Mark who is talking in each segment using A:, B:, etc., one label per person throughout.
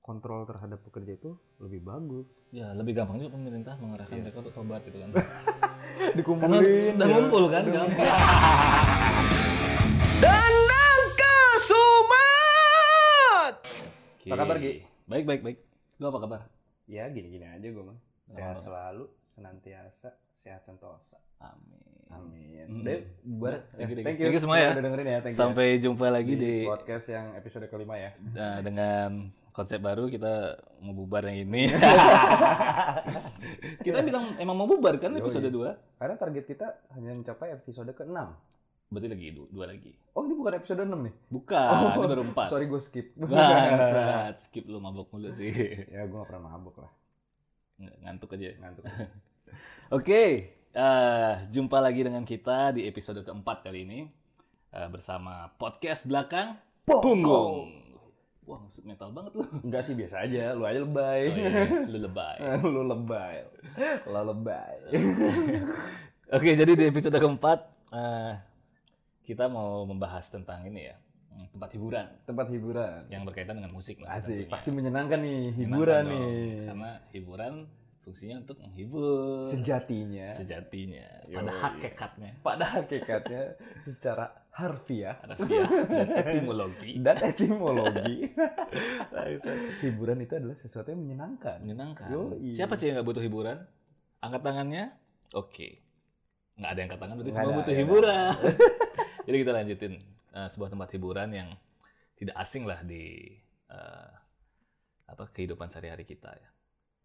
A: kontrol terhadap pekerja itu lebih bagus.
B: ya lebih gampang juga pemerintah
A: Iya.
B: mengarahkan mereka untuk tobat gitu kan karena
A: Dikumpulin.
B: udah ngumpul kan gampang
C: Danang Kasumat.
B: Oke.
A: Apa kabar, Gi?
B: baik baik baik lu apa kabar
A: Ya gini-gini aja gue mah. Sehat
B: Apa?
A: selalu, senantiasa, sehat sentosa.
B: amin
A: Amin.
B: Mm.
A: Dave, Bar-
B: Thank you,
A: eh,
B: thank you. Thank you semua ya.
A: Udah dengerin ya, thank you.
B: sampai jumpa
A: ya.
B: lagi
A: di
B: di
A: podcast yang episode kelima ya.
B: eh, dengan konsep baru kita mau bubar yang ini kita bilang emang mau bubar kan
A: Yoi.
B: episode 2
A: Karena target kita hanya mencapai episode ke-6.
B: berarti lagi du- dua lagi
A: Oh, ini bukan episode 6 nih.
B: bukan ini baru empat
A: Oh, Sorry gue skip.
B: Bangsat, skip lu mabok mulu sih.
A: ya gue gak pernah mabuk lah.
B: Nggak, Ngantuk aja.
A: Ngantuk.
B: Oke, eh, jumpa lagi dengan kita di episode keempat kali ini Eh, bersama podcast belakang punggung. Wah, maksud metal banget lu.
A: Enggak sih, biasa aja. Lu aja lebay.
B: Oh, iya, lu lebay.
A: Lu lebay. Lo lebay.
B: Oke, jadi di episode keempat eh, kita mau membahas tentang ini ya hmm, tempat hiburan
A: Tempat hiburan.
B: yang berkaitan dengan musik lah
A: Asik,
B: tentunya.
A: pasti menyenangkan nih
B: Menyenangkan
A: hiburan
B: dong,
A: nih.
B: Karena hiburan fungsinya untuk menghibur
A: Sejatinya,
B: sejatinya pada
A: Yoi.
B: hakikatnya.
A: pada hakikatnya secara harfiah
B: Harfiah dan etimologi
A: dan etimologi, hiburan itu adalah sesuatu yang menyenangkan.
B: menyenangkan.
A: Yoi.
B: Siapa sih yang nggak butuh hiburan? Angkat tangannya. Oke. Nggak ada yang angkat tangan berarti
A: Nggak
B: semua
A: ada,
B: butuh
A: nggak ada.
B: hiburan. Jadi kita lanjutin Eh, sebuah tempat hiburan yang tidak asing lah di eh, apa kehidupan sehari-hari kita ya.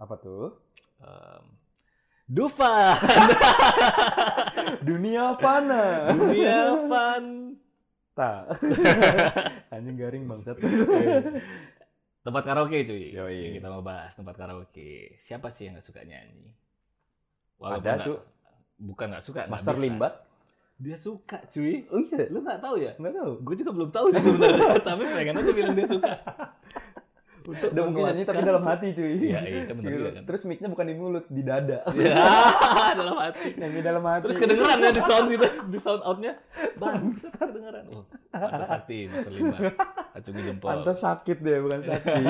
A: Apa tuh?
B: Em, Dufa
A: Dunia fana.
B: dunia fan
A: Ta. Anjing garing bangsat.
B: tempat karaoke cuy
A: Yoi.
B: Yang kita mau bahas tempat karaoke siapa sih yang nggak suka nyanyi
A: Ada,
B: nggak-
A: Cu.
B: bukan nggak suka nggak
A: Master
B: bisa.
A: Limbat.
B: dia suka cuy
A: Oh iya,
B: lu nggak tahu ya
A: nggak tahu.
B: gue juga belum tahu sih sebenarnya tapi pengen aja bilang dia suka untuk
A: Udah mungkin nyanyi tapi dalam hati cuy.
B: iya iya benar
A: Gitu.
B: juga kan
A: Terus mic-nya bukan di mulut, di dada.
B: ya dalam hati
A: Nyanyi dalam hati.
B: terus kedengeran ya di sound itu di sound outnya bangsat kedengeran oh, pantas sakti master lima acungi jempol
A: Pantas sakit deh, bukan sakti.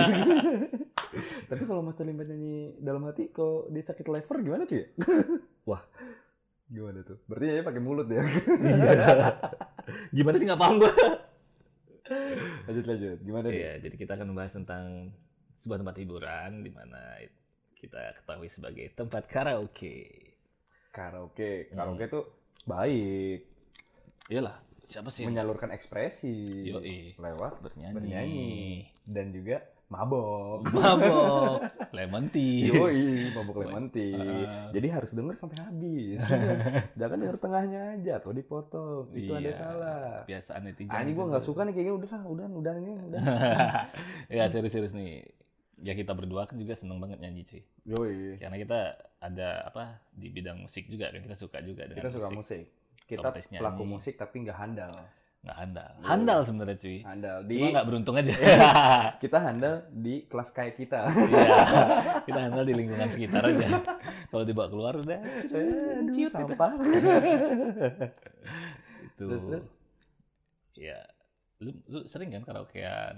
A: Tapi kalau Mas Terlibat nyanyi dalam hati, kalau dia sakit lever gimana cuy?
B: Wah.
A: Gimana tuh? Berarti nyanyi pakai mulut ya?
B: Iya. gimana sih nggak paham gue
A: lanjut, lanjut. Gimana nih?
B: Iya, jadi kita akan membahas tentang sebuah tempat hiburan di mana kita ketahui sebagai tempat karaoke.
A: Karaoke.
B: Hmm.
A: Karaoke tuh baik.
B: Iyalah, siapa sih yang
A: Menyalurkan ekspresi.
B: Iya. Yoi.
A: Lewat
B: bernyanyi?
A: bernyanyi. Dan juga mabok.
B: Mabok, lemon tea.
A: Yoi, mabuk lemon tea.
B: Heeh.
A: Jadi harus denger sampai habis. Jangan denger tengahnya aja atau dipotong. Itu ada
B: Iya,
A: salah.
B: Kebiasaan netizen.
A: Ah, ini gue
B: gitu
A: nggak
B: tuh.
A: suka nih kayak gini udah lah, udah, udah ini, udah.
B: ya serius-serius nih. Ya kita berdua kan juga seneng banget nyanyi cuy.
A: Yoi.
B: Karena kita ada apa di bidang musik juga kan kita suka juga dengan
A: Kita suka musik. Kita
B: Kompes nyanyi.
A: pelaku musik tapi nggak handal.
B: Nggak handal. Handal sebenarnya cuy.
A: Handal Nah, di
B: Cuma nggak beruntung aja.
A: kita handal di kelas kayak kita.
B: Iya, kita handle di lingkungan sekitar aja. Kalau dibawa keluar udah.
A: Eh, Aduh,
B: ciut gitu.
A: sampah.
B: Itu.
A: Terus, terus?
B: Iya. Lu, lu sering kan karaokean?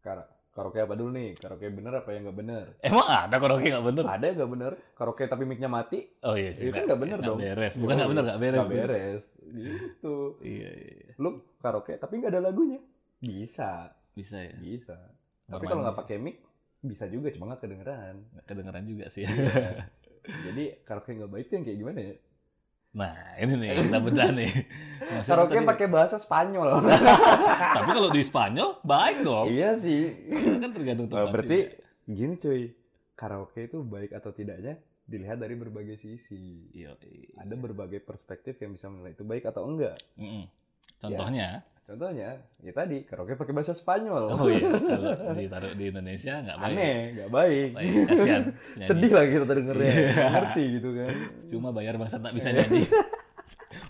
A: Kar- karaoke apa dulu nih? Karaoke bener apa yang nggak bener?
B: Emang ada karaoke nggak bener?
A: Ada yang nggak bener? Karaoke tapi mic-nya mati?
B: Oh iya sih.
A: Itu kan nggak bener dong.
B: beres. Bukan nggak bener, nggak beres.
A: Nggak beres. Gitu.
B: Iya, iya.
A: Lu karaoke tapi nggak ada lagunya? Bisa,
B: Bisa ya.
A: bisa. Tapi
B: Bermain
A: kalau nggak
B: bisa.
A: pakai mic bisa juga cuma nggak kedengeran.
B: Nggak kedengeran juga sih.
A: Iya. Jadi karaoke nggak baik tuh yang kayak gimana ya?
B: Nah, ini nih kita bedah nih. Maksudnya
A: Karaoke
B: tadi-
A: pakai bahasa Spanyol. Oh.
B: Tapi kalau di Spanyol baik dong.
A: iya sih.
B: kan tergantung
A: Eh,
B: tempat.
A: berarti
B: juga.
A: gini cuy, karaoke itu baik atau tidaknya dilihat dari berbagai sisi.
B: Iya.
A: Ada berbagai perspektif yang bisa menilai itu baik atau enggak.
B: Mm-mm. Contohnya,
A: Contohnya, ya tadi karaoke pakai bahasa Spanyol.
B: oh iya, kalau ditaruh di Indonesia nggak baik.
A: Aneh, nggak baik.
B: Baik, kasihan. Nyanyi.
A: Sedih lah kita dengernya,
B: Iya.
A: nggak ngerti gitu kan.
B: Cuma bayar bangsa tak bisa nyanyi.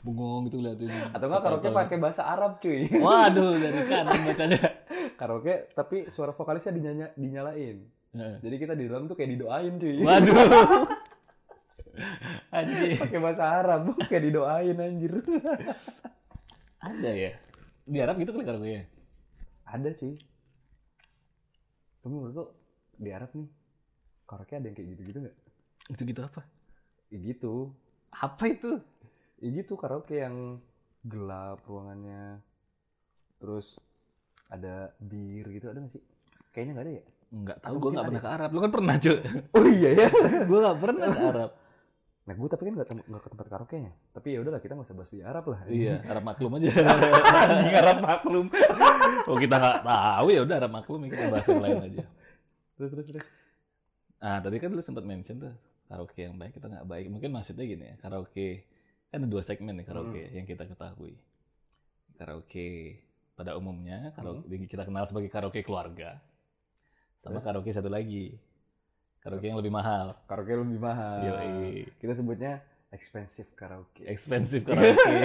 B: Bengong gitu liatin.
A: Atau enggak karaoke
B: Setotol.
A: pakai bahasa Arab cuy.
B: Waduh, dari kanan bacanya.
A: karaoke tapi suara vokalisnya dinyanya, dinyalain.
B: Heeh.
A: Jadi kita di dalam tuh kayak didoain cuy.
B: Waduh. Anjir.
A: pakai bahasa Arab kayak didoain anjir.
B: Ada ya? Di Arab gitu kali karaoke ya?
A: Ada cuy. Tapi menurut lo di Arab nih koreknya ada yang kayak gitu-gitu nggak?
B: Itu gitu apa?
A: Ya gitu.
B: Apa itu?
A: Ya gitu karaoke yang gelap ruangannya. Terus ada bir gitu ada nggak sih? Kayaknya nggak ada ya?
B: Enggak
A: Atau
B: tahu, gue
A: mungkin
B: nggak
A: ada
B: pernah ke Arab. Lu kan pernah, cuy.
A: Oh iya ya.
B: gue nggak pernah ke Arab.
A: Nah gue tapi kan nggak tem- nggak ke tempat karaoke nya. Tapi ya udahlah kita nggak usah bahas di Arab lah.
B: iya, Arab maklum aja. Anjing Arab maklum. oh kita nggak tahu ya udah Arab maklum ya, kita bahas yang lain aja.
A: Terus terus terus.
B: Ah, tadi kan lu sempat mention tuh karaoke yang baik kita nggak baik. Mungkin maksudnya gini ya, karaoke kan ada dua segmen nih karaoke yang kita ketahui. Karaoke pada umumnya, karaoke yang kita kenal sebagai karaoke keluarga. Sama
A: Terus?
B: karaoke satu lagi. Karaoke yang lebih mahal.
A: Karaoke lebih
B: Ah.
A: mahal.
B: Yoi.
A: Kita sebutnya expensive karaoke.
B: Expensive karaoke.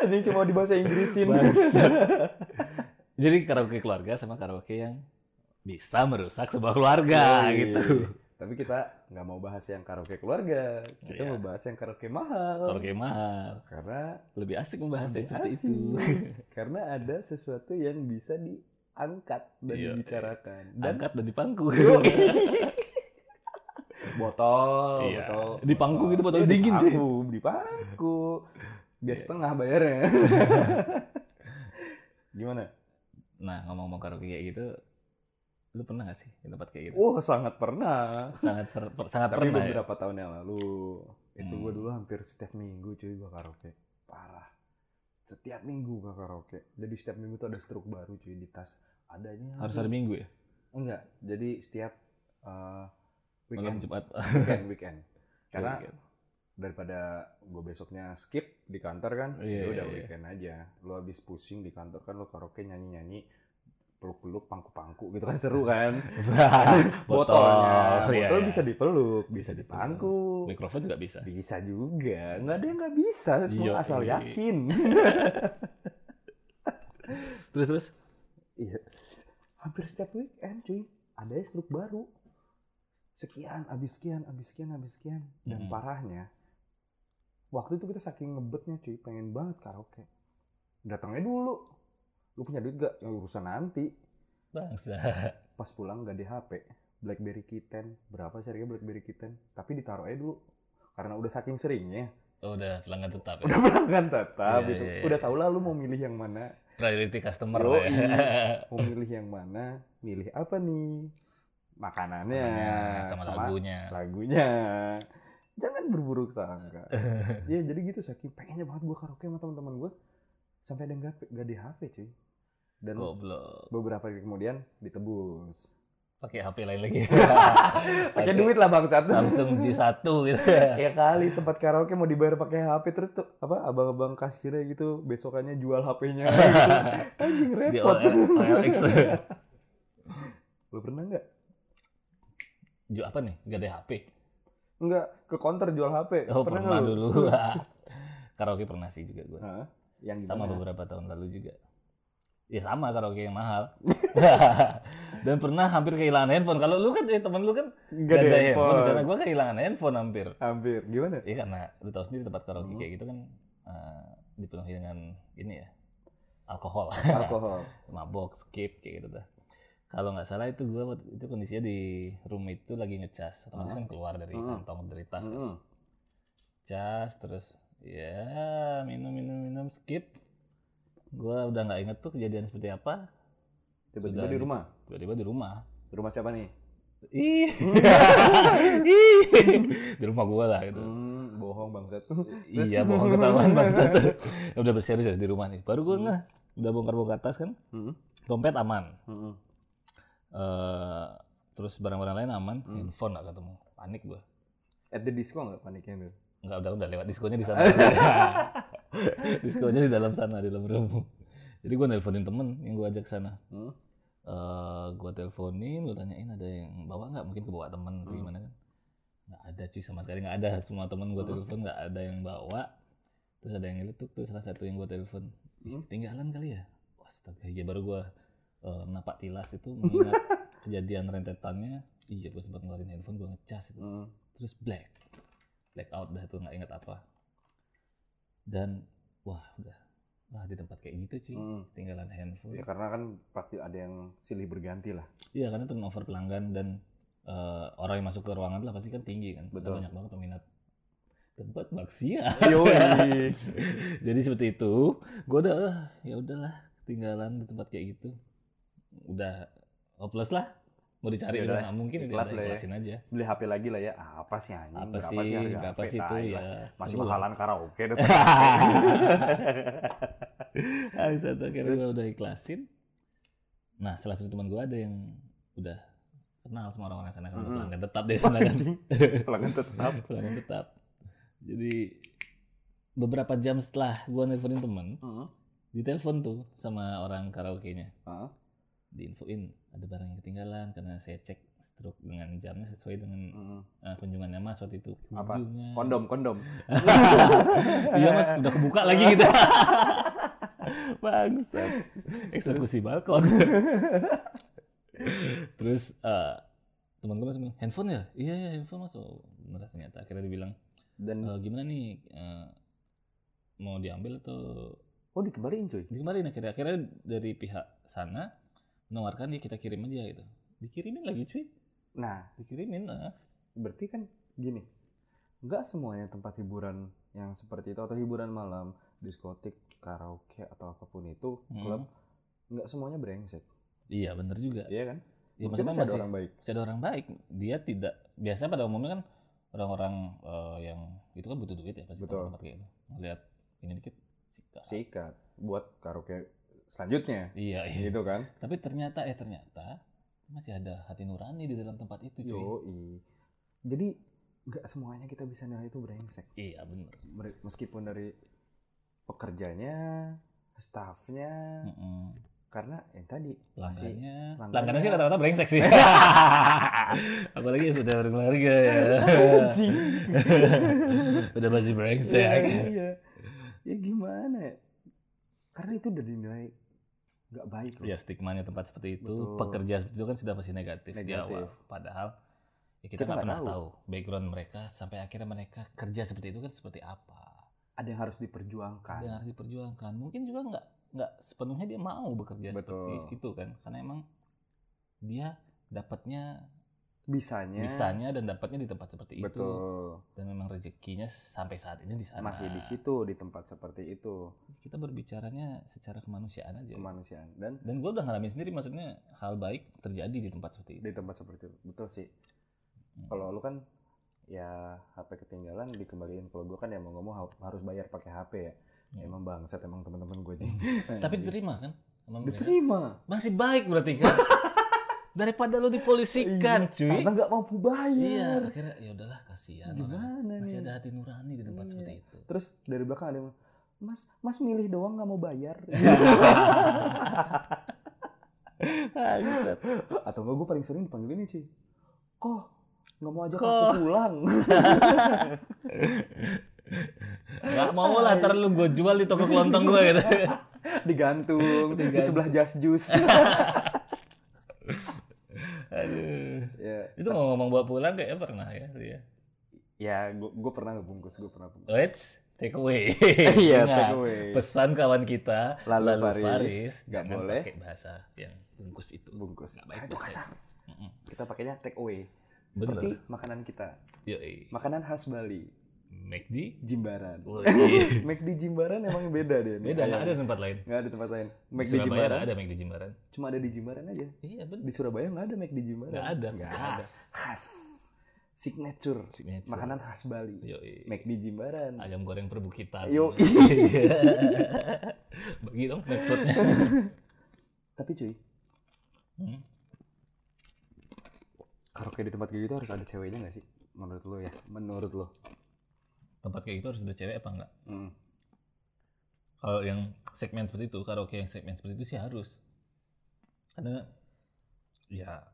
A: Anjing cuma di bahasa Inggrisin.
B: Bangsat. Jadi karaoke keluarga sama karaoke yang bisa merusak sebuah keluarga
A: Yoi.
B: gitu.
A: Iya. Tapi kita nggak mau bahas yang karaoke keluarga. Kita
B: Iya.
A: mau bahas yang karaoke mahal.
B: Karaoke mahal.
A: Karena
B: Lebih asik membahas
A: Lebih
B: yang seperti itu.
A: asik. karena ada sesuatu yang bisa diangkat dan
B: Iya.
A: dibicarakan dan
B: Angkat dan dipangku.
A: Yoi. botol,
B: Iya.
A: botol,
B: Di pangku gitu, botol
A: Iya,
B: dingin,
A: di
B: cuy.
A: pangku, di pangku. Biar
B: Iya.
A: setengah bayarnya. Gimana?
B: Nah ngomong-ngomong karaoke kayak gitu, lu pernah gak sih di tempat kayak gitu?
A: Wah, sangat pernah.
B: Sangat ser- per- sangat
A: Uh. Tapi
B: pernah ya.
A: beberapa tahun yang lalu itu
B: Hmm.
A: gue dulu hampir setiap minggu cuy gue karaoke parah setiap minggu gue karaoke jadi setiap minggu tuh ada struk baru cuy di tas adanya
B: Harus
A: tuh-
B: hari Minggu ya,
A: enggak jadi setiap eh, weekend
B: malam Jumat. Iya, gitu.
A: weekend weekend karena daripada gue besoknya skip di kantor kan
B: Iya,
A: ya udah
B: iya, iya.
A: weekend aja lo habis pusing di kantor kan lo karaoke nyanyi nyanyi peluk peluk pangku pangku gitu kan seru kan botolnya botol
B: Iya, iya.
A: bisa dipeluk bisa
B: Bisa dipeluk.
A: dipangku
B: Mikrofon juga bisa.
A: bisa juga, nggak ada yang nggak bisa,
B: Hmm. Iya,
A: semua asal
B: iya.
A: yakin.
B: Terus terus.
A: Iya. Hampir setiap weekend cuy, ada struk baru. Sekian, abis sekian, abis sekian, abis sekian. Dan
B: Mhm.
A: parahnya, waktu itu kita saking ngebetnya cuy, pengen banget karaoke. Datangnya dulu. Lu punya duit gak? Yang urusan nanti.
B: Bangsa.
A: Pas pulang nggak di HP. Blackberry Kitten. Berapa sih harga Blackberry Kitten? Tapi ditaruh aja dulu. Karena udah saking seringnya.
B: Oh, udah pelanggan tetap ya.
A: Udah berangkat tetap
B: Iya,
A: gitu.
B: iya, iya.
A: Udah tau lah lu mau milih yang mana.
B: Priority customer
A: Yoi.
B: lah ya.
A: mau milih yang mana, milih apa nih? Makanannya
B: sama, lagunya.
A: lagunya. Jangan berburuk sangka. ya jadi gitu saking pengennya banget gua karaoke sama teman-teman gua sampai ada yang gak, gak di HP cuy. Dan
B: Oh. Goblok.
A: beberapa hari kemudian ditebus.
B: Pakai HP lain lagi.
A: Pakai duit lah bang satu.
B: Samsung G1 gitu.
A: ya kali tempat karaoke mau dibayar pakai HP terus tuh apa abang-abang kasirnya gitu besokannya jual HP-nya gitu. Anjing
B: Di
A: repot.
B: OLX.
A: Lu pernah nggak?
B: Ju apa nih? Gak ada HP.
A: Enggak, ke counter jual HP.
B: Oh, pernah,
A: nggak lu?
B: dulu. karaoke pernah sih juga gue.
A: Hah? Yang
B: Sama
A: gimana?
B: beberapa tahun lalu juga. Ya sama karaoke yang mahal. Dan pernah hampir kehilangan handphone. Kalau lu kan eh, temen lu kan
A: Gak
B: gak
A: ada
B: ada
A: handphone.
B: handphone. Di sana gue kehilangan handphone hampir.
A: Hampir. Gimana?
B: Iya karena lu tahu sendiri tempat karaoke
A: Hmm.
B: kayak gitu kan eh, dipenuhi dengan ini ya alkohol,
A: Alkohol.
B: mabok, skip kayak gitu dah. Kalau nggak salah itu gue itu kondisinya di room itu lagi ngecas, otomatis kan keluar dari
A: Hmm.
B: kantong dari tas, kan.
A: Mm-mm.
B: cas terus ya minum minum minum skip. Gue udah nggak inget tuh kejadian seperti apa.
A: Tiba-tiba
B: Sudah
A: di
B: di-
A: rumah.
B: Tiba-tiba di rumah.
A: Di rumah siapa nih?
B: Ih. Ih. di rumah gue lah gitu.
A: Hmm, bohong bangsat.
B: Iya bohong ketahuan bangsa tuh. Udah berserius di rumah nih. Baru gue ngeh,
A: Hmm.
B: udah bongkar-bongkar tas kan.
A: Mm-mm.
B: Dompet aman.
A: Mm-mm.
B: Eh, terus barang-barang lain aman. Handphone gak ketemu. Panik gue.
A: At the disco nggak paniknya tuh?
B: Enggak udah udah lewat diskonnya di sana. diskonnya di dalam sana di dalam room. Jadi gue nelponin temen yang gue ajak sana.
A: Hmm?
B: eh gue teleponin, gue tanyain ada yang bawa nggak? Mungkin kebawa temen atau gimana kan? Nggak ada cuy sama sekali nggak ada. Semua temen gue telepon nggak ada yang bawa. Terus ada yang itu tuh salah satu yang gue telepon. Ih, ketinggalan kali ya? Astaga, ya baru gue eh, napak tilas itu mengingat kejadian rentetannya. Iya, gue sempat ngeluarin handphone, gue ngecas itu.
A: Mm.
B: Terus black, black out dah tuh nggak ingat apa. Dan wah udah Wah di tempat kayak gitu cuy,
A: Hmm.
B: tinggalan handphone.
A: Ya, karena kan pasti ada yang silih berganti lah.
B: Iya karena turnover pelanggan dan eh, orang yang masuk ke ruangan lah pasti kan tinggi kan. Karena
A: Betul.
B: Banyak banget peminat tempat maksiat.
A: Yoi.
B: Jadi seperti itu, gue udah "Ah, ya udahlah ketinggalan di tempat kayak gitu. Udah hopeless lah. Mau dicari
A: Ya
B: juga
A: udah,
B: nggak mungkin
A: ikhlas
B: udah
A: lah ya.
B: ikhlasin aja.
A: Beli HP lagi lah ya. Apa sih anjing?
B: Apa sih,
A: berapa sih, harga
B: berapa
A: HP?
B: sih itu
A: Tai
B: ya.
A: lah. Masih
B: Aduh.
A: mahalan karaoke deh.
B: Habis Ah, satu akhirnya gue udah ikhlasin. Nah, salah satu teman gue ada yang udah kenal sama orang-orang sana kan udah
A: Mhm.
B: pelanggan tetap deh sana kan.
A: Anjing. Pelanggan tetap.
B: pelanggan tetap. Jadi beberapa jam setelah gue nelfonin temen,
A: Heeh.
B: ditelepon tuh sama orang karaoke-nya.
A: Heeh.
B: Diinfoin ada barang yang ketinggalan karena saya cek stroke dengan jamnya sesuai dengan
A: Heeh.
B: eh, kunjungannya mas waktu itu.
A: Apa?
B: Kunjungan.
A: Kondom, kondom.
B: Iya mas, udah kebuka lagi gitu. Bangsa. Eksekusi balkon. Terus eh teman gue masih bilang, handphone ya? Iya, iya handphone mas. Oh, bener ternyata. Akhirnya dibilang,
A: Dan
B: "Eh, gimana nih? eh, mau diambil atau
A: oh dikembaliin cuy.
B: dikemarin akhirnya akhirnya dari pihak sana menawarkan ya kita kirim aja gitu dikirimin lagi cuy
A: Nah,
B: dikirimin eh. lah
A: berarti kan gini. Enggak semuanya tempat hiburan yang seperti itu atau hiburan malam, diskotik, karaoke atau apapun itu,
B: Hmm.
A: klub enggak semuanya brengsek.
B: iya bener juga
A: Iya kan?
B: ya,
A: Mungkin masih ada
B: maksudnya masih
A: orang baik.
B: masih ada orang baik dia tidak biasanya pada umumnya kan orang-orang eh, yang itu kan butuh duit ya pasti
A: Betul.
B: tempat kayak itu ngeliat ini dikit sikat
A: Sikat buat karaoke selanjutnya.
B: iya iya
A: Gitu kan?
B: tapi ternyata eh ternyata masih ada hati nurani di dalam tempat itu Iya, cuy
A: Yoi. Jadi nggak semuanya kita bisa nilai itu brengsek.
B: iya bener
A: Mere- Meskipun dari pekerjanya, staffnya,
B: Mm-mm.
A: karena yang tadi masih
B: pelanggannya
A: pelanggannya-
B: pelanggannya sih rata-rata brengsek sih apalagi yang sudah berkeluarga ya
A: Oh, anjing.
B: udah pasti brengsek
A: Ya, iya. Ya gimana? ya? Karena itu udah dinilai nggak baik loh.
B: ya stigmanya tempat seperti itu
A: Betul.
B: pekerja seperti itu kan sudah pasti negatif, di
A: Negatif.
B: awal padahal ya kita nggak pernah tahu. background mereka sampai akhirnya mereka kerja seperti itu kan seperti apa
A: Ada yang harus
B: ada yang
A: diperjuangkan.
B: harus diperjuangkan mungkin juga nggak nggak sepenuhnya dia mau bekerja
A: Betul.
B: seperti itu kan karena emang dia dapatnya
A: Bisanya.
B: bisanya dan dapatnya di tempat seperti itu
A: Ya. Betul.
B: dan memang rezekinya sampai saat ini di sana.
A: Masih di situ di tempat seperti itu
B: Kita berbicaranya secara kemanusiaan aja.
A: kemanusiaan dan
B: Dan gue udah ngalamin sendiri maksudnya hal baik terjadi di tempat seperti itu.
A: di tempat seperti itu betul sih
B: Hmm.
A: kalau lu kan ya HP ketinggalan dikembaliin kalau gua kan ya mau nggak mau ha- harus bayar pakai HP ya
B: Hmm.
A: emang bangsat emang teman-teman gue nih
B: Tapi diterima kan? sama mereka?
A: diterima
B: Masih baik berarti kan? Daripada lo dipolisikan
A: Iya,
B: cuy.
A: karena nggak mampu
B: Iya,
A: bayar
B: akhirnya ya udahlah kasihan. orang.
A: gimana nih
B: Masih ada hati nurani di tempat
A: Iya.
B: seperti itu.
A: terus dari belakang ada yang mas mas milih doang nggak mau bayar
B: Iya. Bangsat.
A: atau enggak gue paling sering dipanggil ini cuy kok nggak mau ajak
B: Kok?
A: aku pulang
B: Gak mau lah ntar lu gue jual di toko kelontong gue gitu.
A: digantung, di
B: Digantung.
A: sebelah jas jus
B: Aduh.
A: ya
B: Itu ngomong bawa pulang kayaknya pernah ya. Iya.
A: ya gue gue pernah ngebungkus gue pernah bungkus
B: Let's take away.
A: iya
B: Ingat,
A: take away.
B: Pesan kawan kita
A: Lalu Faris, nggak
B: jangan
A: boleh.
B: pakai bahasa yang bungkus itu.
A: bungkus
B: Nggak baik
A: Ah, itu
B: buat
A: kasar
B: Mm-mm.
A: kita pakainya take away
B: Bener.
A: seperti makanan kita
B: Yoi.
A: makanan khas Bali
B: McD.
A: Jimbaran
B: Woi.
A: McD Jimbaran emang beda deh nih
B: Beda
A: ayam.
B: nggak ada tempat lain.
A: nggak ada tempat lain McD
B: Surabaya
A: Iya, Jimbaran
B: nggak ada McD Jimbaran.
A: cuma ada di Jimbaran aja
B: Iya benar.
A: di Surabaya nggak ada McD Jimbaran
B: Nggak ada.
A: nggak ada
B: Khas.
A: khas signature Iya.
B: Signature.
A: makanan khas Bali
B: Yoi.
A: McD Jimbaran
B: Ayam goreng perbukitan. Iya.
A: Yoi.
B: Bagi dong McFoodnya.
A: tapi cuy
B: Hmm.
A: karaoke di tempat kayak gitu harus ada ceweknya nggak sih menurut lo ya menurut lo
B: Tempat kayak gitu harus ada cewek apa enggak?
A: Hmm.
B: Kalau yang segmen seperti itu, karaoke yang segmen seperti itu sih harus. Karena ya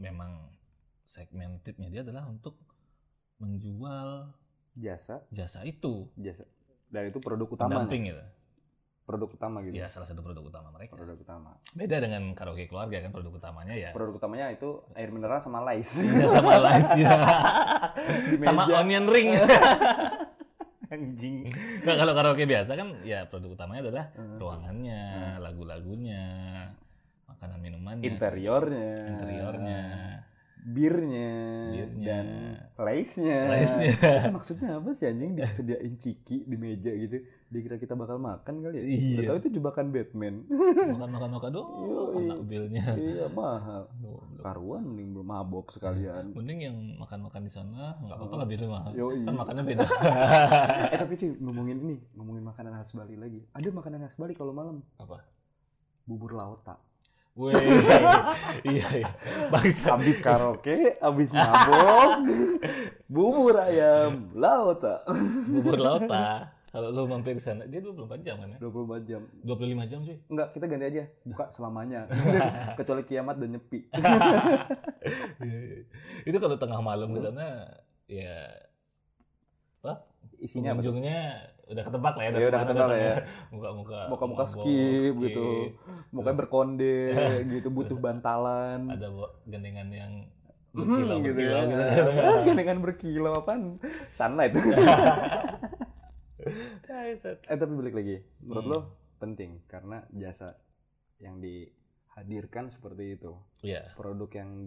B: memang segmentednya dia adalah untuk menjual
A: jasa
B: jasa itu.
A: jasa dan itu produk utama
B: Pendamping gitu.
A: produk utama gitu
B: Ya salah satu produk utama mereka.
A: produk utama
B: Beda dengan karaoke keluarga kan produk utamanya ya
A: produk utamanya itu air mineral sama lais
B: sama Malaysia.
A: Di
B: sama
A: meja.
B: onion ring.
A: anjing
B: Nggak, Nah, kalau karaoke biasa kan ya produk utamanya adalah
A: Heeh.
B: ruangannya,
A: Hmm.
B: lagu-lagunya, makanan minumannya,
A: interiornya
B: interiornya.
A: birnya,
B: Birnya.
A: dan lace-nya.
B: Lace-nya.
A: Itu maksudnya apa sih anjing disediain ciki di meja gitu? Dikira kita bakal makan kali ya?
B: Iya.
A: Nggak tahu itu jebakan Batman.
B: Makan-makan-makan doang
A: Yoi.
B: kena bilnya.
A: iya mahal.
B: Goblok.
A: Karuan mending belum mabok sekalian.
B: Mending yang makan-makan di sana nggak apa-apa lah bilnya mahal.
A: Yoi.
B: Iya. Kan makannya beda.
A: eh tapi cuy ngomongin ini, ngomongin makanan khas Bali lagi. Ada makanan khas Bali kalau malam
B: apa?
A: bubur laut tak.
B: Woi. iya iya. Bangsa.
A: Abis karaoke, abis mabok, bubur ayam laut tak.
B: Bubur laut Pak. Kalau lu mampir di sana, dia 24 jam kan ya?
A: 24 jam.
B: 25 jam cuy.
A: Enggak, kita ganti aja. Buka selamanya. Kecuali kiamat dan nyepi. Iya,
B: Itu kalau tengah malam di sana ya
A: Isinya apa?
B: pengunjungnya udah ketebak lah ya dari
A: Iya, udah
B: mana
A: ketebak lah
B: datangnya.
A: ya.
B: Muka-muka
A: Muka-muka
B: mabok,
A: skip gitu.
B: skip.
A: Mukanya berkonde gitu, butuh
B: Terus-
A: bantalan.
B: Ada bo- gandengan yang
A: Hmm,
B: berkilau
A: gitu
B: berkilau
A: ya.
B: gitu.
A: Ah, Gandengan berkilau apaan? Sunlight. eh tapi balik lagi. Menurut
B: Hmm.
A: lo penting karena jasa yang dihadirkan seperti itu.
B: Iya,
A: Produk yang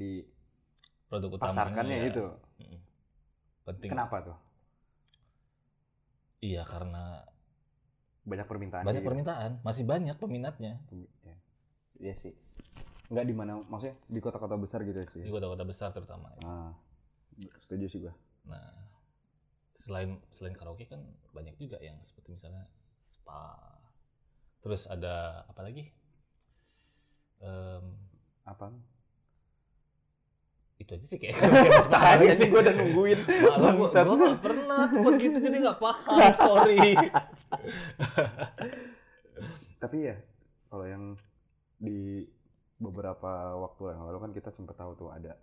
B: produk utamanya.
A: dipasarkannya
B: ya.
A: itu.
B: Mm-mm. Penting.
A: gitu. Kenapa tuh?
B: Iya, karena
A: Banyak permintaan.
B: banyak
A: gitu.
B: permintaan, masih banyak peminatnya
A: Ya. Iya sih. Enggak di mana maksudnya di kota-kota besar gitu ya, cuy.
B: di kota-kota besar terutama.
A: Ah, setuju sih gua.
B: Nah, selain selain karaoke kan banyak juga yang seperti misalnya spa. Terus ada apa lagi? Em,
A: Apa?
B: itu aja sih kayak kayak spa
A: Tadi
B: aja
A: sih gua udah nungguin.
B: Malam gua,
A: Bangsat.
B: gua gak pernah buat gitu jadi gak paham, sorry.
A: Tapi ya kalau yang di beberapa waktu yang lalu kan kita sempat tahu tuh ada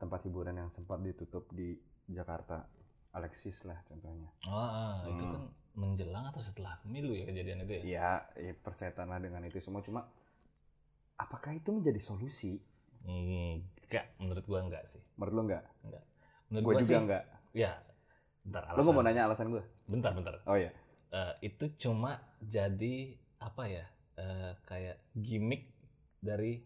A: tempat hiburan yang sempat ditutup di Jakarta. Alexis lah contohnya.
B: Wah, itu
A: Hmm.
B: kan menjelang atau setelah pemilu ya kejadian itu ya?
A: Ya, ya persetan lah dengan itu semua. Cuma apakah itu menjadi solusi?
B: Enggak, menurut gua enggak sih.
A: Menurut lo enggak?
B: Menurut
A: Gue
B: gua,
A: juga
B: sih,
A: enggak.
B: ya. Bentar,
A: Lo gua
B: alasan.
A: mau nanya alasan gue?
B: Bentar, bentar.
A: Oh iya.
B: Eh, itu cuma jadi apa ya? eh, kayak gimmick dari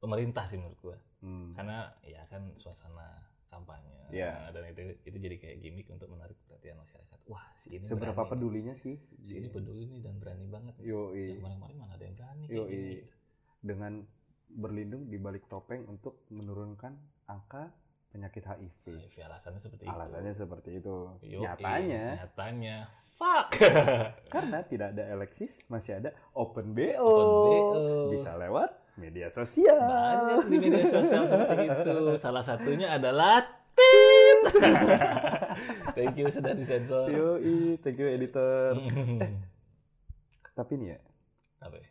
B: pemerintah sih menurut gua.
A: Hmm.
B: Karena ya kan suasana kampanye
A: Iya.
B: dan itu itu jadi kayak gimmick untuk menarik perhatian masyarakat. Wah, si ini
A: Seberapa
B: berani nih.
A: pedulinya sih? Iya.
B: Si ini peduli nih dan berani banget. nih. Ya,
A: Yoi.
B: kemarin-kemarin mana ada yang berani kayak
A: Yoi.
B: gini. gitu.
A: dengan berlindung di balik topeng untuk menurunkan angka penyakit HIV.
B: Nah, ya, alasannya seperti itu.
A: Alasannya seperti itu.
B: Yoi,
A: Nyatanya
B: nyatanya. Fuck.
A: karena tidak ada Alexis masih ada Open BO.
B: Open BO.
A: Oh, Bisa lewat media sosial.
B: Banyak di media sosial seperti itu. Salah satunya adalah tit. Thank you sudah
A: Iya.
B: disensor. Mm-hmm.
A: Yoi, thank you editor. Tapi nih ya,
B: Apa ya?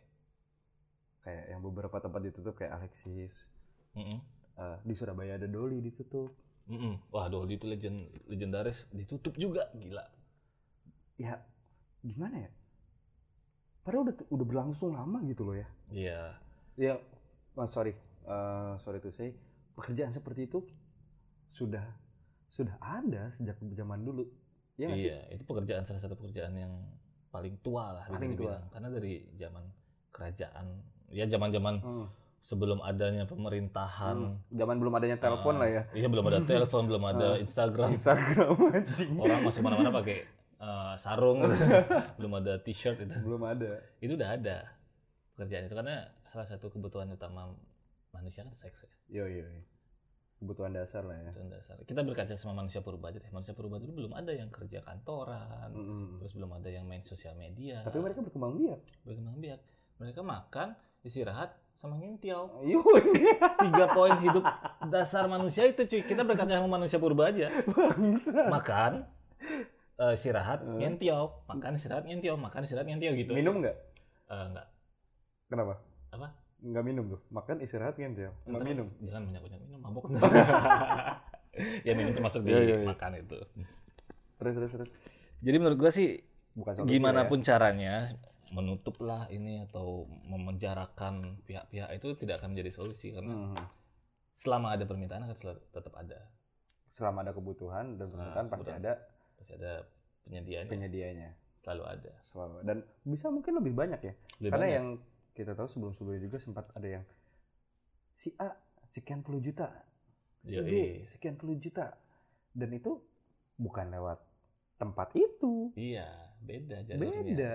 A: kayak yang beberapa tempat ditutup kayak Alexis.
B: Mm-mm.
A: Eh, di Surabaya ada Doli ditutup.
B: Mm-mm. Mm-hmm. Wah, Doli itu legend legendaris ditutup juga gila.
A: Ya gimana ya? Padahal udah udah berlangsung lama gitu loh ya.
B: Iya.
A: ya mas sorry Eh, sorry to say pekerjaan seperti itu sudah sudah ada sejak zaman dulu ya nggak sih
B: Iya, itu pekerjaan salah satu pekerjaan yang paling tua lah bisa
A: Paling tua.
B: dibilang. Karena dari zaman kerajaan ya zaman-zaman
A: Hmm,
B: sebelum adanya pemerintahan
A: hmm. zaman belum adanya telepon lah ya
B: Ah, Iya belum ada telepon, belum ada
A: Hmm.
B: Instagram.
A: Instagram anjing
B: Orang masuk mana-mana pakai eh, sarung, belum ada t-shirt itu.
A: belum ada
B: Itu udah ada pekerjaan itu karena salah satu kebutuhan utama manusia kan seks ya.
A: yo yo yo. kebutuhan dasar lah ya
B: Kebutuhan dasar. Kita berkaca sama manusia purba aja deh. Manusia purba dulu belum ada yang kerja kantoran,
A: Mm-mm.
B: terus eh, belum ada yang main sosial media.
A: tapi mereka berkembang biak
B: berkembang biak. Mereka makan, istirahat, sama ngintiau.
A: yo
B: Tiga poin hidup dasar manusia itu cuy. Kita berkaca sama manusia purba aja.
A: bangsa
B: makan eh, istirahat
A: Eh.
B: nyentiau makan istirahat nyentiau makan istirahat nyentiau gitu
A: minum nggak
B: Eh, enggak
A: kenapa
B: Apa? Iya.
A: nggak minum tuh makan istirahat kan dia nggak
B: Ntar
A: minum
B: jangan banyak banyak minum mabok ya minum termasuk di
A: Iya, iya, iya.
B: makan itu
A: terus terus terus
B: jadi menurut gua sih
A: bukan solusi lah
B: gimana
A: ya.
B: pun caranya menutup lah ini atau memenjarakan pihak-pihak itu tidak akan menjadi solusi karena
A: Hmm.
B: selama ada permintaan akan sel- tetap ada
A: selama ada kebutuhan dan permintaan pasti
B: Ah, kebutuhan. Iya.
A: ada
B: pasti ada penyediaannya
A: penyedianya
B: selalu ada
A: selalu dan bisa mungkin lebih banyak ya
B: Lebih
A: karena
B: banyak.
A: yang kita tahu sebelum sebelumnya juga sempat ada yang si A sekian puluh juta si B
B: Yoi.
A: sekian puluh juta dan itu bukan lewat tempat itu
B: iya beda
A: beda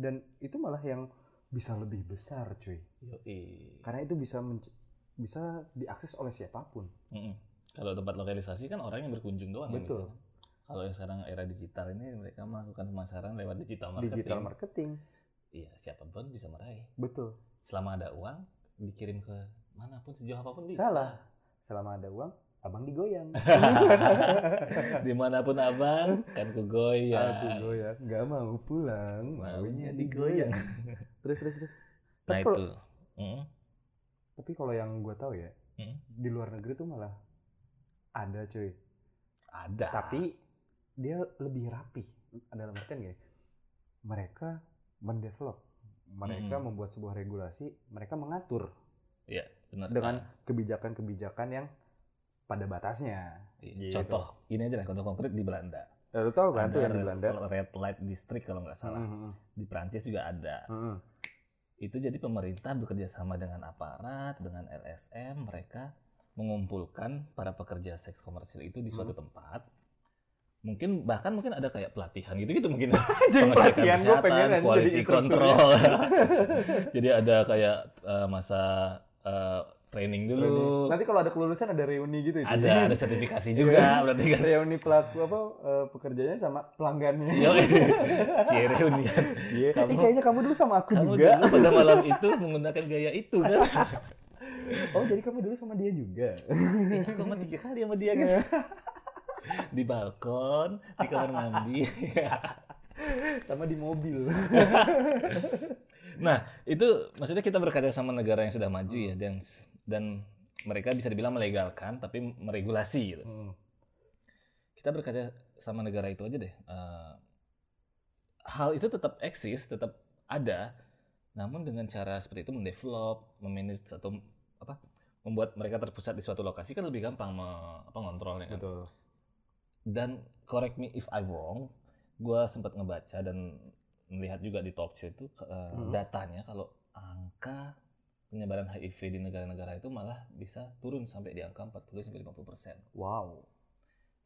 A: dan itu malah yang bisa lebih besar cuy
B: Yoi.
A: karena itu bisa menc- bisa diakses oleh siapapun
B: Mm-mm. kalau tempat lokalisasi kan orang yang berkunjung doang yang
A: Betul.
B: bisa. kalau yang sekarang era digital ini mereka melakukan pemasaran lewat digital marketing
A: digital marketing
B: iya siapapun bisa meraih
A: betul
B: selama ada uang dikirim ke manapun sejauh apapun bisa
A: salah selama ada uang abang digoyang
B: dimanapun abang kan kugoyang
A: Aku goyang, nggak mau pulang, maunya digoyang. terus terus terus.
B: nah
A: Tapi kalau
B: itu Mm.
A: tapi kalau yang gue tahu ya,
B: Mm.
A: di luar negeri tuh malah ada cuy.
B: ada
A: Tapi dia lebih rapi. Dalam artian gini, mereka mendevelop, mereka
B: Mm.
A: membuat sebuah regulasi, mereka mengatur
B: Benar.
A: dengan
B: Nah,
A: kebijakan-kebijakan yang pada batasnya.
B: iya.
A: gitu.
B: contoh ini aja lah contoh konkret di Belanda
A: Ya, lu tahu kan
B: ada
A: tuh yang di
B: red-
A: Belanda?
B: red light district kalau nggak salah
A: Mm, mm,
B: di Prancis juga ada
A: mm, mm.
B: itu jadi pemerintah bekerja sama dengan aparat dengan LSM mereka mengumpulkan para pekerja seks komersil itu di suatu
A: Hmm.
B: tempat mungkin bahkan mungkin ada kayak pelatihan gitu gitu mungkin
A: Jadi
B: Pengecekan
A: pelatihan gue
B: kesehatan,
A: pengen aja jadi ya.
B: quality
A: instrukturnya.
B: control. Jadi ada kayak eh, masa eh, training dulu,
A: Nanti kalau ada kelulusan ada reuni gitu. cuy.
B: ada ada sertifikasi
A: Iya.
B: juga berarti kan.
A: reuni pelaku apa eh, pekerjanya sama pelanggannya.
B: Yo, cie reunian.
A: Iya,
B: Iya. Eh, kamu-
A: kayaknya kamu dulu sama aku
B: Kamu
A: juga.
B: dulu pada malam itu menggunakan gaya itu kan.
A: Oh, jadi kamu dulu sama dia juga.
B: Ini Aku sama tiga kali sama dia kan. Iya. Di balkon, di kamar mandi.
A: sama di mobil.
B: Nah, itu maksudnya kita berkaca sama negara yang sudah maju ya dan dan mereka bisa dibilang melegalkan tapi meregulasi gitu.
A: Hmm,
B: kita berkaca sama negara itu aja deh. Eh, hal itu tetap eksis, tetap ada, namun dengan cara seperti itu mendevelop, memanage atau apa, membuat mereka terpusat di suatu lokasi kan lebih gampang me- apa, ngontrolnya. kan.
A: Betul.
B: Dan correct me if I wrong, gue sempat ngebaca dan melihat juga di talk show itu eh,
A: Mhm.
B: datanya kalau angka penyebaran HIV di negara-negara itu malah bisa turun sampai di angka 40 sampai 50 persen
A: Wow.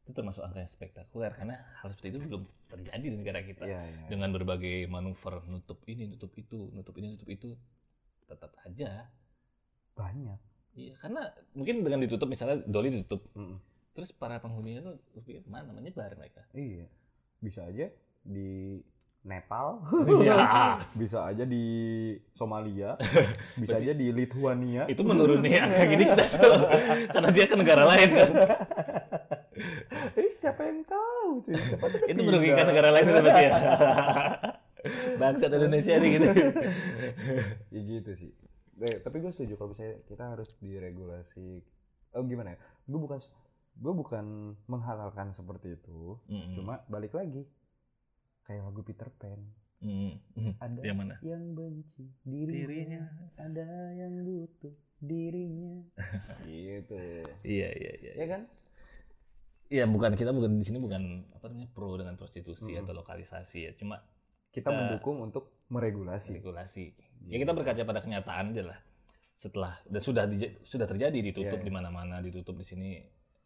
B: itu termasuk angka yang spektakuler karena hal seperti itu belum terjadi di negara kita
A: Iya, iya.
B: dengan berbagai manuver nutup ini nutup itu nutup ini nutup itu tetap aja
A: Banyak.
B: iya karena mungkin dengan ditutup misalnya doli ditutup
A: Mm-mm.
B: terus para penghuninya tuh berpikir mana menyebar mereka
A: Iya. Bisa aja di Nepal,
B: Iya.
A: bisa aja di Somalia, bisa aja di Lithuania.
B: itu menuruni angka gini kita su- karena dia ke negara lain kan
A: Eh, siapa yang tahu? cuy? Siapa tahu
B: itu
A: pindah.
B: merugikan negara lain seperti ya bangsa Indonesia nih gitu
A: Ya gitu sih. Eh, tapi gue setuju kalau misalnya kita harus diregulasi. Oh gimana ya? Gue bukan gue bukan menghalalkan seperti itu.
B: Mm-mm.
A: Cuma balik lagi kayak lagu Peter Pan.
B: Mm-mm.
A: Ada
B: yang mana
A: yang benci Hmm. dirinya, ada yang butuh dirinya. gitu.
B: iya iya iya
A: Ya kan?
B: Iya bukan kita bukan di sini bukan apa namanya pro dengan prostitusi
A: Mm-mm.
B: atau lokalisasi ya cuma
A: Kita
B: Kita-
A: mendukung untuk meregulasi.
B: regulasi. Ya kita berkaca pada kenyataan aja lah. Setelah dan sudah dij- sudah terjadi ditutup
A: Iya, iya.
B: di mana-mana ditutup di sini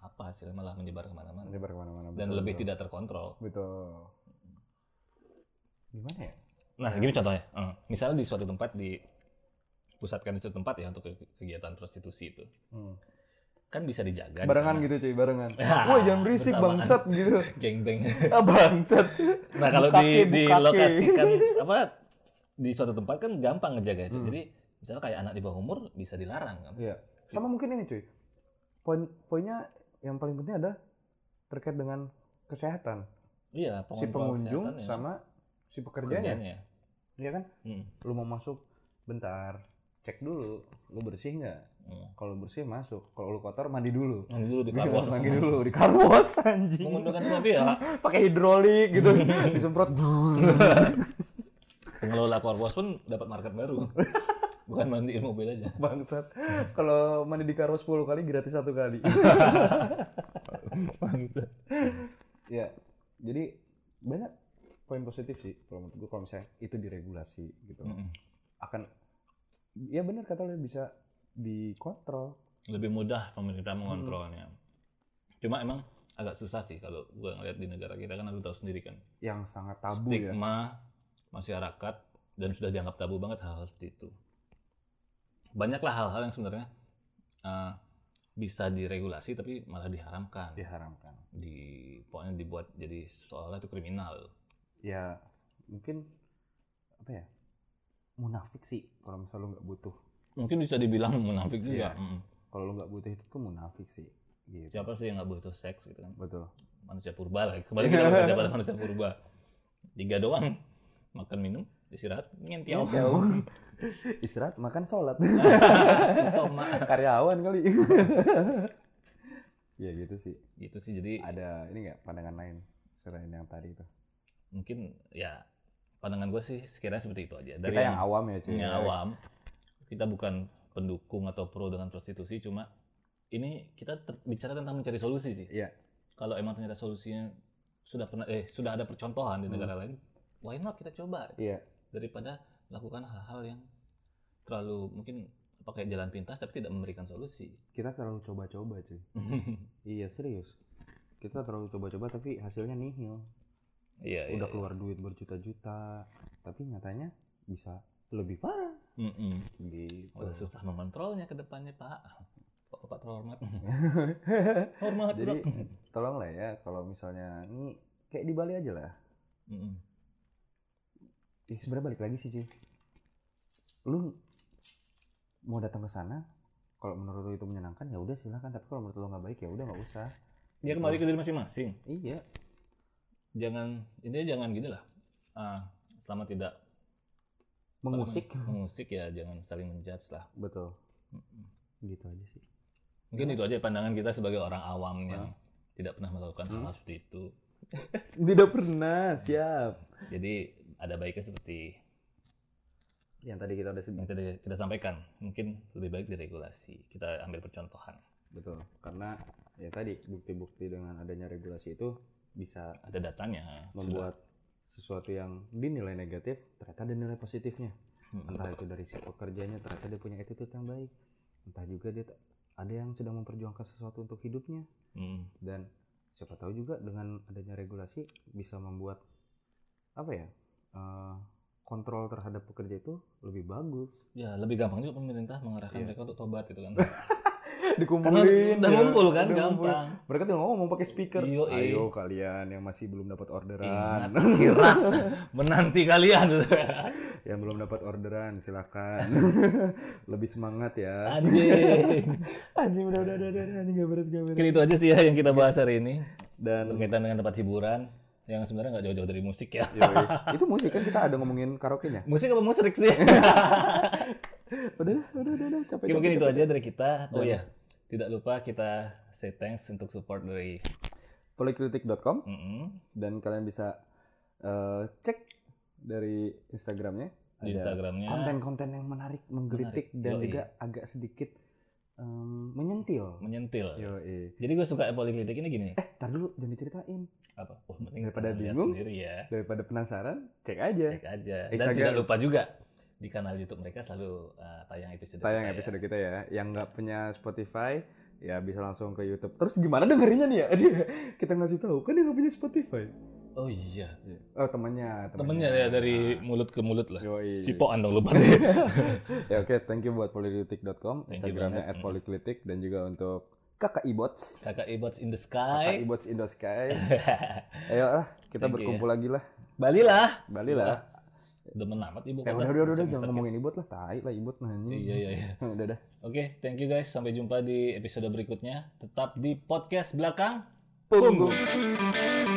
B: apa hasilnya malah menyebar kemana-mana
A: Menyebar kemana-mana.
B: dan
A: Iya, Betul,
B: lebih
A: betul.
B: tidak terkontrol.
A: Betul. Gimana ya?
B: Nah gini contohnya, Eh, misalnya di suatu tempat di pusatkan di suatu tempat ya untuk ke- kegiatan prostitusi itu
A: Hmm.
B: kan bisa dijaga. di
A: Barengan
B: sana.
A: gitu cuy, barengan.
B: Ya,
A: Wah, jangan berisik
B: bersamaan.
A: bangsat gitu.
B: Gengbeng.
A: Ah, bangsat.
B: Nah kalau di
A: Bukake,
B: di
A: bukake.
B: lokasikan apa di suatu tempat kan gampang
A: Hmm.
B: ngejaga itu. Jadi misalnya kayak anak di bawah umur bisa dilarang kan.
A: Iya. Sama mungkin ini cuy. Poin poinnya yang paling penting adalah terkait dengan kesehatan
B: Iya,
A: si
B: pengontrol
A: pengunjung
B: kesehatan ya,
A: sama si pekerjanya.
B: kerjanya.
A: Iya kan?
B: Hmm,
A: Lu mau masuk bentar, cek dulu lu bersih nggak?
B: hmm.
A: Kalau bersih masuk, kalau lu kotor mandi dulu.
B: Yang dulu di
A: Gue juga harus
B: Karwas.
A: mandi Iya, dulu di karwas anjing.
B: Menguntungkan ya, semua pihak.
A: Pakai hidrolik gitu, disemprot.
B: Pengelola Karwas pun dapat market baru. Bukan mandiin mobil aja.
A: Bangsat. Kalau mandi di karwas 10 kali gratis satu kali.
B: Bangsat.
A: Ya, jadi banyak poin positif sih kalau menurut gue kalau misalnya itu diregulasi gitu
B: Mm-mm.
A: akan ya benar kata lo bisa dikontrol
B: lebih mudah pemerintah
A: Hmm.
B: mengontrolnya. Cuma emang agak susah sih kalau gua ngeliat di negara kita kan aku tahu sendiri kan
A: yang sangat tabu ya
B: stigma masyarakat dan sudah dianggap tabu banget hal-hal seperti itu. Banyaklah hal-hal yang sebenarnya eh, bisa diregulasi tapi malah diharamkan.
A: ya, diharamkan
B: Di pokoknya dibuat jadi seolah itu kriminal.
A: ya mungkin apa ya munafik sih kalau misalnya lo nggak butuh
B: Mungkin bisa dibilang munafik
A: Iya.
B: juga. Mm.
A: kalau lo nggak butuh itu tuh munafik sih gitu
B: Siapa sih yang nggak butuh seks gitu kan?
A: betul
B: manusia purba lah kembali kita bekerja pada manusia purba tiga doang makan minum istirahat
A: Jauh.
B: ngentiau
A: Ya, istirahat makan sholat
B: Soma.
A: karyawan kali ya gitu sih
B: gitu sih jadi
A: ada ini nggak pandangan lain selain yang tadi itu
B: mungkin ya pandangan gue sih sekiranya seperti itu aja
A: kita yang awam ya cuy
B: yang awam kita bukan pendukung atau pro dengan prostitusi cuma ini kita ter- bicara tentang mencari solusi sih
A: Iya.
B: kalau emang ternyata solusinya sudah pernah eh sudah ada percontohan di negara
A: Hmm.
B: lain why not kita coba
A: iya
B: daripada lakukan hal-hal yang terlalu mungkin pakai jalan pintas tapi tidak memberikan solusi.
A: kita terlalu coba-coba cuy iya serius kita terlalu coba-coba tapi hasilnya nihil
B: Iya,
A: udah keluar duit berjuta-juta tapi nyatanya bisa lebih parah
B: Mm-mm.
A: gitu
B: Udah susah mengontrolnya ke depannya, Pak. Pak, Pak terhormat. Hormat,
A: jadi
B: Bro.
A: tolong lah ya kalau misalnya ini kayak di Bali aja lah
B: Mm-mm.
A: Ya, sebenarnya balik lagi sih cuy lu mau datang ke sana kalau menurut lu itu menyenangkan ya udah silahkan tapi kalau menurut lu nggak baik ya udah nggak usah
B: Ya kembali ke diri masing-masing.
A: iya
B: Jangan intinya jangan gini lah. Ah, selama tidak
A: mengusik
B: mengusik ya jangan saling menjudge lah.
A: betul
B: Mm-mm.
A: gitu aja sih
B: Mungkin itu aja pandangan kita sebagai orang awam yang tidak pernah melakukan hal seperti itu.
A: tidak pernah siap
B: Jadi ada baiknya seperti
A: yang tadi kita udah sebut
B: yang tadi kita sampaikan mungkin lebih baik diregulasi kita ambil percontohan
A: betul karena ya tadi bukti-bukti dengan adanya regulasi itu bisa
B: ada datanya
A: membuat sesuatu yang dinilai negatif ternyata ada nilai positifnya
B: Hmm,
A: entah itu dari si pekerjanya ternyata dia punya attitude yang baik entah juga dia t- ada yang sedang memperjuangkan sesuatu untuk hidupnya
B: Hmm,
A: dan siapa tahu juga dengan adanya regulasi bisa membuat apa ya eh, kontrol terhadap pekerja itu lebih bagus
B: ya lebih gampang juga pemerintah mengarahkan
A: Iya.
B: mereka untuk tobat gitu kan karena
A: dikumpulin
B: udah
A: ya.
B: ngumpul kan
A: Udah ngumpul.
B: gampang
A: mereka tinggal ngomong pakai speaker
B: Iyo, eh.
A: ayo kalian yang masih belum dapat orderan
B: ingat kirap menanti kalian
A: yang belum dapat orderan silakan lebih semangat ya
B: anjing
A: anjing udah udah udah udah anjing gak beres gak
B: mungkin itu aja sih ya yang
A: Iya.
B: kita bahas hari ini
A: dan
B: berkaitan dengan tempat hiburan yang sebenarnya nggak jauh-jauh dari musik ya
A: yoi. itu musik kan kita ada ngomongin karaoke nya
B: musik apa musrik sih
A: udah dah, udah udah udah capek
B: Oke, Ya, mungkin itu aja dari kita oh
A: Dan-
B: ya tidak lupa kita say thanks untuk support dari
A: polikritik.com
B: Mm-mm.
A: dan kalian bisa eh, cek dari instagramnya
B: di
A: ada
B: Instagramnya
A: konten-konten yang menarik menggelitik
B: Menarik,
A: dan
B: yoi.
A: juga agak sedikit em, menyentil
B: menyentil.
A: yoi
B: Jadi gue suka poliklinik ini gini.
A: Iya. eh tar dulu jangan diceritain
B: Apa? Wah, mending
A: Daripada
B: kalian lihat
A: bingung,
B: sendiri ya.
A: daripada penasaran cek aja
B: Cek aja. Dan
A: Instagram.
B: tidak lupa juga di kanal YouTube mereka selalu uh, tayang episode.
A: tayang
B: kita ya.
A: episode kita ya. Yang nggak punya Spotify ya bisa langsung ke YouTube. Terus gimana dengerinnya nih ya? Dia, kita ngasih tahu kan dia nggak punya Spotify.
B: Oh iya.
A: Oh temannya,
B: Temennya ya dari
A: Ah.
B: mulut ke mulut lah.
A: Yoi.
B: Cipokan dong lupa.
A: Ya oke, thank you buat polykritik.com,
B: Thank you
A: Instagramnya
B: banget.
A: at polykritik dan juga untuk kakak ibots,
B: Kakak Ibots in the
A: kakak
B: sky.
A: ibots in the sky. Ayo lah, kita
B: Thank you ya.
A: berkumpul lagi lah,
B: Balilah.
A: Bali lah.
B: Demen amat ibu.
A: Ya
B: kota.
A: udah udah udah, udah,
B: Bisa
A: jangan
B: Iya. sakit.
A: ngomongin ibot lah, tai lah ibot nanya.
B: Iya iya iya.
A: udah dah.
B: Oke, thank you guys. Sampai jumpa di episode berikutnya. Tetap di podcast belakang.
A: Punggung.